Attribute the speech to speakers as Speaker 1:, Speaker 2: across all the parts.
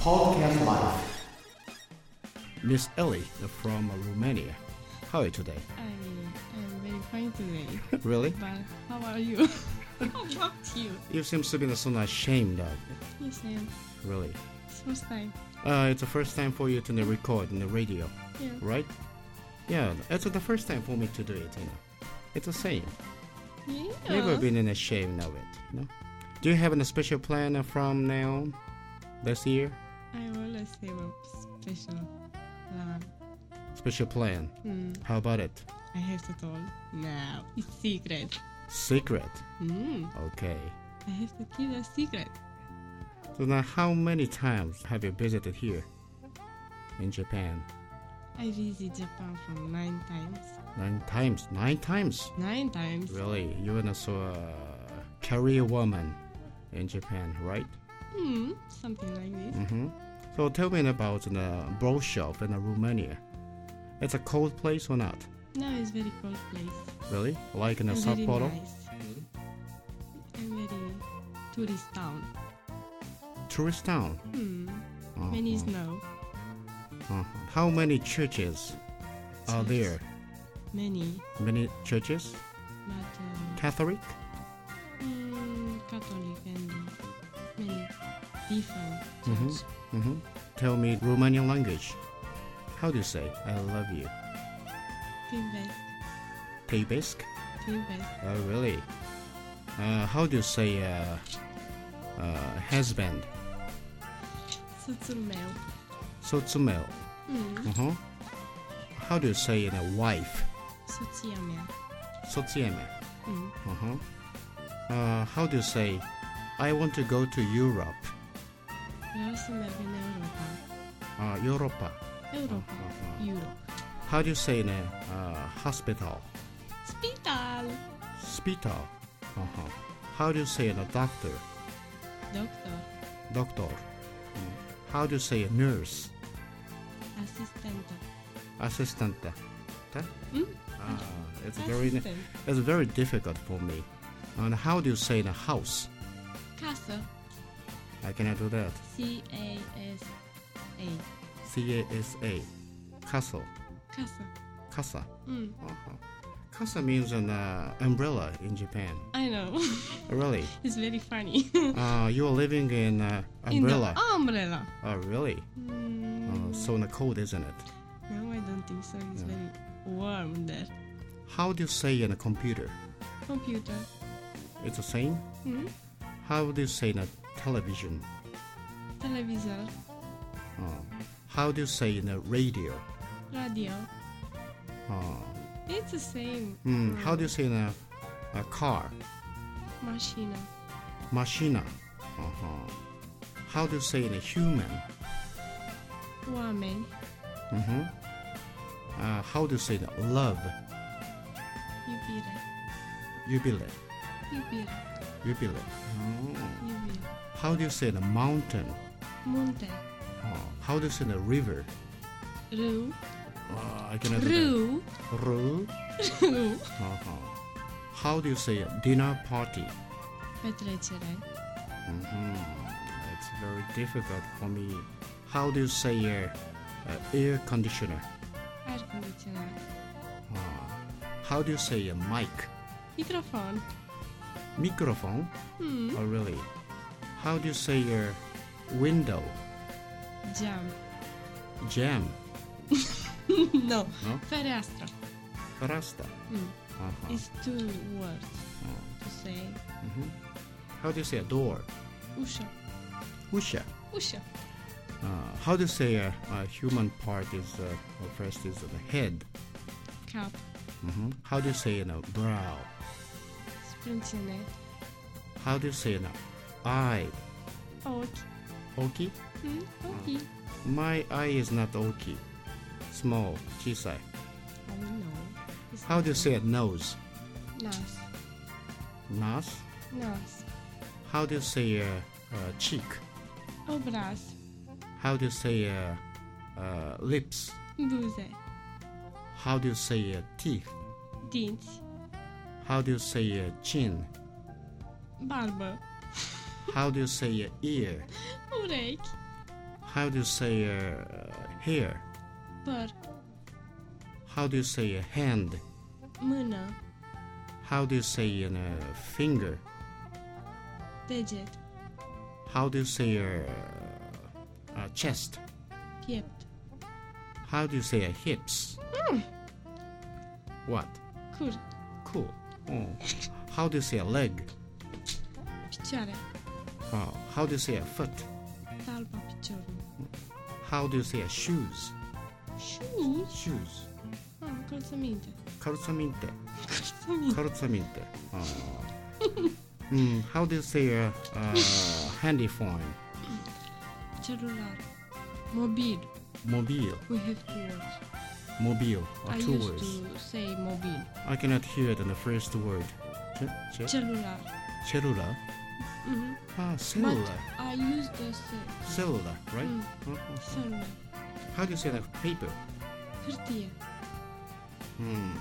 Speaker 1: Podcast Live.
Speaker 2: Miss Ellie from Romania. How are you today?
Speaker 3: I am very fine today.
Speaker 2: really?
Speaker 3: But how are you? how about you?
Speaker 2: You seem to be so ashamed of.
Speaker 3: Yes, I am.
Speaker 2: Really?
Speaker 3: It's first time.
Speaker 2: Uh, it's the first time for you to record in the radio,
Speaker 3: Yeah.
Speaker 2: right? Yeah, it's the first time for me to do it. You know, it's the same.
Speaker 3: Yeah.
Speaker 2: Never been in ashamed of it. You know? Do you have any special plan from now, this year?
Speaker 3: I always have a special love.
Speaker 2: Special plan?
Speaker 3: Hmm.
Speaker 2: How about it?
Speaker 3: I have to tell now. It's secret.
Speaker 2: Secret.
Speaker 3: Hmm.
Speaker 2: Okay.
Speaker 3: I have to keep a secret.
Speaker 2: So now, how many times have you visited here in Japan?
Speaker 3: I visit Japan from nine times.
Speaker 2: Nine times. Nine times.
Speaker 3: Nine times.
Speaker 2: Really, you and also a career woman in Japan, right?
Speaker 3: Hmm. Something like this.
Speaker 2: Mm-hmm. So tell me about the bro shop in Romania. It's a cold place or not?
Speaker 3: Now it's very cold place.
Speaker 2: Really? Like in
Speaker 3: and very
Speaker 2: Sapporo?
Speaker 3: nice. And very tourist town.
Speaker 2: Tourist town.
Speaker 3: Hmm.
Speaker 2: Uh-huh,
Speaker 3: Many snow.
Speaker 2: uh-huh. How many churches are
Speaker 3: Church.
Speaker 2: there?
Speaker 3: Many.
Speaker 2: Many churches?
Speaker 3: But. Um,
Speaker 2: Catholic?
Speaker 3: Mm, Catholic and many different
Speaker 2: Mhm.
Speaker 3: church.
Speaker 2: Mm-hmm. Tell me Romanian language. How do you say I love you?
Speaker 3: Feedback,
Speaker 2: Tibesc?
Speaker 3: feedback,
Speaker 2: Oh, really? Uh, how do you say uh, uh, husband?
Speaker 3: Sutsumel.
Speaker 2: Sotsumel.
Speaker 3: Mm.
Speaker 2: Uh-huh. How do you say in a wife?
Speaker 3: Sutsuyamel.
Speaker 2: Sotsieme.
Speaker 3: Mm.
Speaker 2: Uh-huh. Uh, how do you say I want to go to Europe?
Speaker 3: Rasumel in Europa.
Speaker 2: Uh, Europa.
Speaker 3: Europa.
Speaker 2: Uh-huh.
Speaker 3: Europe.
Speaker 2: How do you say in a uh, hospital?
Speaker 3: Spital.
Speaker 2: Spital. Uh-huh. How do you say in a doctor?
Speaker 3: Doctor.
Speaker 2: Doctor. Mm. How do you say a nurse?
Speaker 3: Assistant.
Speaker 2: Assistante. Ta?
Speaker 3: Mm?
Speaker 2: Ah, it's very
Speaker 3: Assistant.
Speaker 2: it's very difficult for me. And how do you say in a house?
Speaker 3: Casa.
Speaker 2: I cannot do that.
Speaker 3: C A S A.
Speaker 2: C A S A, castle,
Speaker 3: Casa.
Speaker 2: casa.
Speaker 3: Mm.
Speaker 2: Uh-huh. Casa means an uh, umbrella in Japan. Oh,
Speaker 3: I know.
Speaker 2: Really?
Speaker 3: it's very funny.
Speaker 2: Uh, you are living in uh,
Speaker 3: In the
Speaker 2: umbrella.
Speaker 3: umbrella.
Speaker 2: Oh, really?
Speaker 3: Mm.
Speaker 2: Uh, so in the cold, isn't it?
Speaker 3: No, I don't think so. It's very warm there.
Speaker 2: How do you say in a computer?
Speaker 3: Computer.
Speaker 2: It's the same.
Speaker 3: Hmm?
Speaker 2: How do you say in a television?
Speaker 3: Televisor.
Speaker 2: Uh, how do you say in a radio?
Speaker 3: Radio.
Speaker 2: Uh,
Speaker 3: It's the same. Hum,
Speaker 2: hmm, how do you say in a, a car?
Speaker 3: Machina.
Speaker 2: Machina. Uh-huh. How do you say in a human?
Speaker 3: Woman.
Speaker 2: Mm-hmm. Uh, how do you say that? Love.
Speaker 3: Yubire.
Speaker 2: Jubilee.
Speaker 3: Yubire.
Speaker 2: Jubilee. Oh.
Speaker 3: Yubire.
Speaker 2: How do you say the mountain?
Speaker 3: Monte.
Speaker 2: Oh. How do you say the river?
Speaker 3: Ru.
Speaker 2: Oh, I cannot do
Speaker 3: Ru.
Speaker 2: that. Ru.
Speaker 3: Ru.
Speaker 2: Uh-huh. How do you say dinner party?
Speaker 3: Petrecere.
Speaker 2: hmm It's very difficult for me. How do you say uh, uh, air conditioner?
Speaker 3: Air conditioner.
Speaker 2: Oh. How do you say a mic?
Speaker 3: Microphone.
Speaker 2: Microphone?
Speaker 3: Hmm.
Speaker 2: Oh, really? How do you say your window?
Speaker 3: Jam.
Speaker 2: Jam?
Speaker 3: no.
Speaker 2: No?
Speaker 3: Fereastră.
Speaker 2: Rasta?
Speaker 3: Hmm.
Speaker 2: Uh-huh.
Speaker 3: It's two words to say.
Speaker 2: Mhm. How do you say a door?
Speaker 3: Ușă.
Speaker 2: Usha.
Speaker 3: Ușă.
Speaker 2: Uh, how do you say a, a human part is, uh, well, first is the head?
Speaker 3: Cap.
Speaker 2: hmm How do you say in a brow?
Speaker 3: Sprâncene.
Speaker 2: How do you say an eye?
Speaker 3: Ochi.
Speaker 2: Oki?
Speaker 3: Hmm? Ochi.
Speaker 2: My eye is not oki. Small, chisai.
Speaker 3: I don't know. It's
Speaker 2: How do you say a nose?
Speaker 3: Nas.
Speaker 2: Nas?
Speaker 3: Nas.
Speaker 2: How do you say a, a cheek?
Speaker 3: Obraz.
Speaker 2: How do you say uh, uh, lips?
Speaker 3: Buze.
Speaker 2: How do you say uh, teeth?
Speaker 3: Dinți.
Speaker 2: How do you say uh, chin?
Speaker 3: Barbă.
Speaker 2: How do you say uh, ear?
Speaker 3: Urechi.
Speaker 2: How do you say uh, hair?
Speaker 3: För.
Speaker 2: How do you say a hand?
Speaker 3: Muna.
Speaker 2: How do you say a uh, finger?
Speaker 3: Digit.
Speaker 2: How do you say a uh, uh, chest?
Speaker 3: Pjept.
Speaker 2: How do you say a hips? What?
Speaker 3: Kur.
Speaker 2: Cool. Oh. How do you say a leg?
Speaker 3: Pichare.
Speaker 2: Oh. How do you say a foot?
Speaker 3: Talba pichoru.
Speaker 2: How do you say a shoes?
Speaker 3: Shoes?
Speaker 2: Shoes.
Speaker 3: Ja, kolsaminte.
Speaker 2: Kalsaminte.
Speaker 3: Kolsaminte.
Speaker 2: Kalsaminte. Oh. mm, how do you say a uh, handy phone?
Speaker 3: Cellular. Mobil.
Speaker 2: Mobile.
Speaker 3: We have two words.
Speaker 2: Mobile. Or
Speaker 3: I
Speaker 2: two
Speaker 3: used
Speaker 2: words.
Speaker 3: to say mobil.
Speaker 2: I cannot hear it in the first word. Che- che-
Speaker 3: Cellular.
Speaker 2: cellular.
Speaker 3: Mhm.
Speaker 2: Ah, cellular.
Speaker 3: But I used to say
Speaker 2: Cellular, right?
Speaker 3: Mm.
Speaker 2: Mhm.
Speaker 3: cellular.
Speaker 2: How do you say that? Paper.
Speaker 3: Förtie.
Speaker 2: Hmm.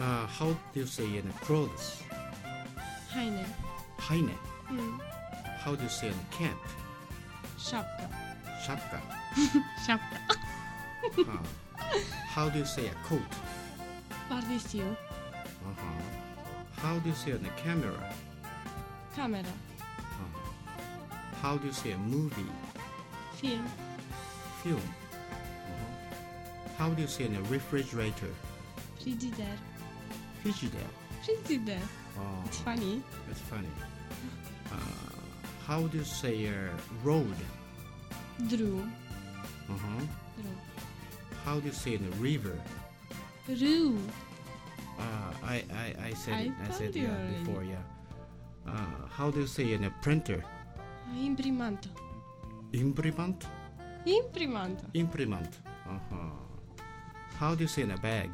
Speaker 2: Uh, how do you say in clothes?
Speaker 3: Heine.
Speaker 2: Heine.
Speaker 3: Mm.
Speaker 2: How do you say in camp?
Speaker 3: Shapka.
Speaker 2: Shapka.
Speaker 3: Shapka.
Speaker 2: Ah. how do you say a coat?
Speaker 3: Pardisio.
Speaker 2: Uh-huh. How do you say in a camera?
Speaker 3: Kamera.
Speaker 2: Uh-huh. How do you say a movie?
Speaker 3: Film.
Speaker 2: Film. Uh-huh. How do you say in a refrigerator?
Speaker 3: Frigider.
Speaker 2: Frigidaire.
Speaker 3: Frigider.
Speaker 2: Oh,
Speaker 3: It's funny.
Speaker 2: that's funny. Uh, how do you say uh, road?
Speaker 3: Dru.
Speaker 2: Uh-huh.
Speaker 3: Dru.
Speaker 2: How do you say in a river?
Speaker 3: Ru.
Speaker 2: Uh, I, I, I said
Speaker 3: I
Speaker 2: it. I said
Speaker 3: told you
Speaker 2: yeah
Speaker 3: already.
Speaker 2: before, yeah. Uh, how do you say in a printer?
Speaker 3: Imprimanto.
Speaker 2: Imprimant?
Speaker 3: Imprimanto.
Speaker 2: Imprimant. Uh-huh. How do you say in a bag?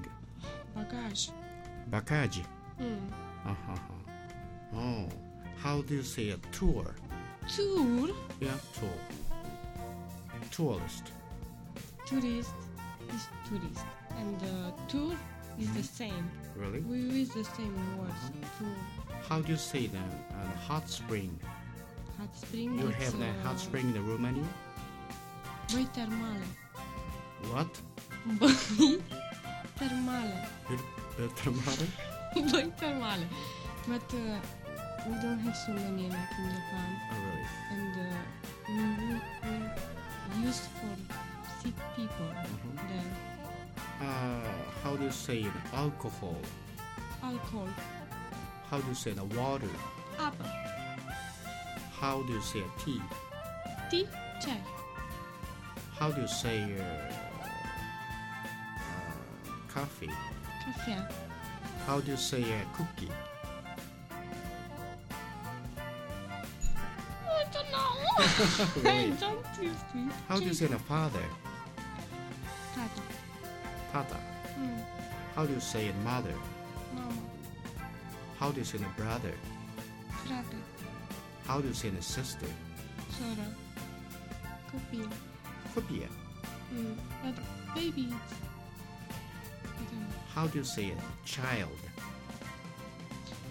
Speaker 3: Bagage.
Speaker 2: Bagage.
Speaker 3: Mm.
Speaker 2: Uh-huh. Oh. How do you say a tour?
Speaker 3: Tur.
Speaker 2: Yeah, tour. Tourist.
Speaker 3: Tourist is tourist. And the tour is the same.
Speaker 2: Really?
Speaker 3: We use the same words. Tour.
Speaker 2: How do you say the uh, hot spring?
Speaker 3: Hot spring.
Speaker 2: You
Speaker 3: it's,
Speaker 2: have the
Speaker 3: uh,
Speaker 2: hot spring in Romania?
Speaker 3: Băi termale.
Speaker 2: What?
Speaker 3: Băi termale.
Speaker 2: You- uh, Tamara?
Speaker 3: Băi termale. But uh, we don't have so many like in Japan.
Speaker 2: Oh, really?
Speaker 3: And uh, we, we, we use for sick people.
Speaker 2: Mhm.
Speaker 3: The
Speaker 2: Uh, how do you say in alcohol?
Speaker 3: alcohol.
Speaker 2: How do you say the water?
Speaker 3: Apă.
Speaker 2: How do you say tea?
Speaker 3: Tea. Ceai.
Speaker 2: How do you say uh, uh, coffee?
Speaker 3: Cafea.
Speaker 2: How do you say uh, cookie?
Speaker 3: I don't know. I
Speaker 2: Really?
Speaker 3: don't used to.
Speaker 2: How do you say the father?
Speaker 3: Tata.
Speaker 2: Tata.
Speaker 3: Mm.
Speaker 2: How do you say in mother?
Speaker 3: Mama.
Speaker 2: How do you say the brother?
Speaker 3: Frate.
Speaker 2: How do you say the sister?
Speaker 3: Soră. Copil.
Speaker 2: Copia.
Speaker 3: Mm. But baby, it's... I don't know.
Speaker 2: How do you say a child?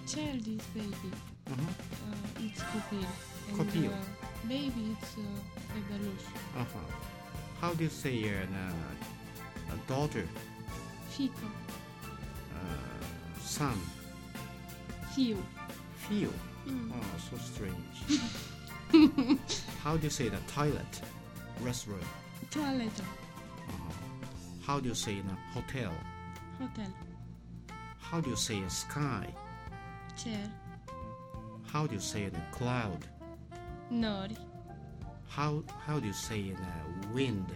Speaker 3: Child is baby.
Speaker 2: Uh-huh.
Speaker 3: Uh, it's copil. And,
Speaker 2: Copil.
Speaker 3: Uh, baby, it's uh, a bebeluș.
Speaker 2: Uh-huh. How do you say an, uh, a daughter?
Speaker 3: Fică.
Speaker 2: Uh, son?
Speaker 3: Fiu.
Speaker 2: Feel?
Speaker 3: Mm.
Speaker 2: Oh, so strange. How do you say the toilet? Restaurant.
Speaker 3: Toaletă.
Speaker 2: Uh-huh. How do you say in a hotel?
Speaker 3: Hotel.
Speaker 2: How do you say a sky?
Speaker 3: Cer.
Speaker 2: How do you say in a cloud?
Speaker 3: Nori.
Speaker 2: How how do you say in a wind?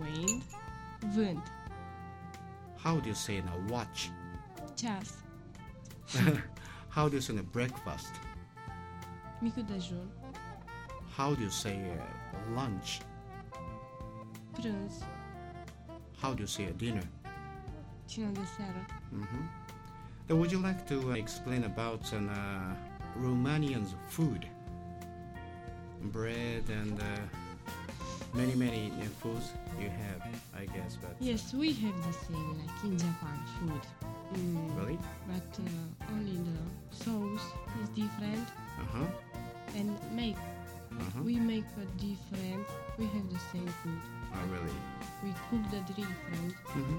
Speaker 3: Wind. Vânt.
Speaker 2: How do you say in a watch?
Speaker 3: Ceas.
Speaker 2: how do you say in a breakfast?
Speaker 3: Micul dejun.
Speaker 2: How do you say uh, lunch?
Speaker 3: Prânz.
Speaker 2: How do you say a dinner?
Speaker 3: Cină de seară.
Speaker 2: hmm Now, would you like to uh, explain about an uh, Romanian's food? Bread and uh, many, many uh, foods you have, I guess, but
Speaker 3: Yes, we have the same like in Japan food. Mm,
Speaker 2: really?
Speaker 3: But uh, only the sauce is different
Speaker 2: Uh huh.
Speaker 3: and make
Speaker 2: Uh-huh.
Speaker 3: We make a different. We have the same food.
Speaker 2: Oh, really?
Speaker 3: We cook the different.
Speaker 2: hmm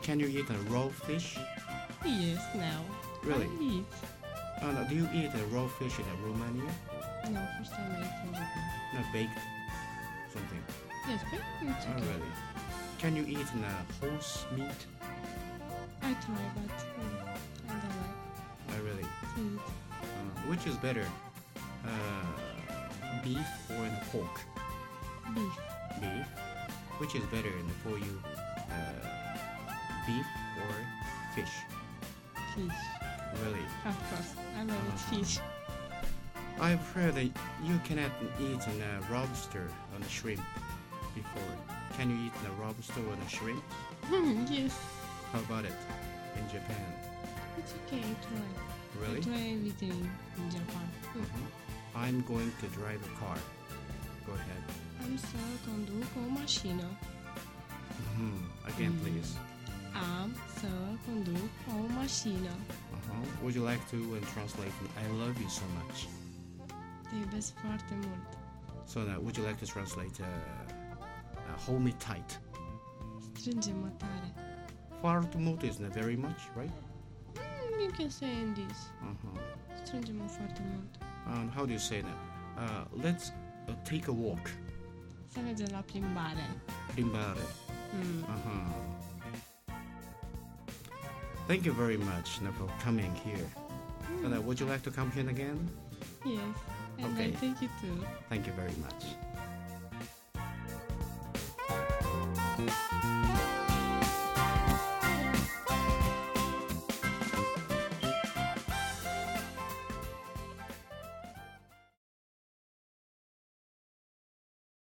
Speaker 2: Can you eat a raw fish?
Speaker 3: Yes, now.
Speaker 2: Really?
Speaker 3: I eat.
Speaker 2: Oh, no, do you eat a raw fish in Romania?
Speaker 3: No, first time I eat from Japan.
Speaker 2: No, baked something.
Speaker 3: Yes, but it's
Speaker 2: Oh,
Speaker 3: okay.
Speaker 2: really? Can you eat a horse meat?
Speaker 3: I try, but mm, I don't like
Speaker 2: Oh, really?
Speaker 3: to eat.
Speaker 2: Uh, which is better, uh, beef or the pork?
Speaker 3: Beef.
Speaker 2: Beef. Which is better for you, uh, beef or fish?
Speaker 3: Fish.
Speaker 2: Really?
Speaker 3: Of course. I love it. Fish.
Speaker 2: I've heard that you cannot eat a lobster or a shrimp before. Can you eat a lobster or a shrimp?
Speaker 3: Hmm, yes.
Speaker 2: How about it in Japan?
Speaker 3: It's okay. I try.
Speaker 2: Really?
Speaker 3: I try everything in Japan. Hmm.
Speaker 2: Mhm. I'm going to drive a car. Go ahead.
Speaker 3: Am să conduc o mașină.
Speaker 2: Mhm. Again, please.
Speaker 3: Am să conduc o mașină.
Speaker 2: Uh-huh. Would you like to uh, translate? I love you so much.
Speaker 3: Te iubesc foarte mult.
Speaker 2: So now, would you like to translate? Uh, uh, hold me tight.
Speaker 3: Strânge-mă tare.
Speaker 2: Far too much is not very much, right?
Speaker 3: Mm, you can say in this.
Speaker 2: Uh-huh.
Speaker 3: Strânge-mă foarte mult.
Speaker 2: Um, how do you say that? Uh, let's uh, take a walk.
Speaker 3: Să mergem la plimbare.
Speaker 2: Rimbare.
Speaker 3: Mm.
Speaker 2: Uh-huh. Thank you very much now, for coming here. So now, would you like to come here again?
Speaker 3: Yes. And
Speaker 2: Okay.
Speaker 3: I thank you too.
Speaker 2: Thank you very much.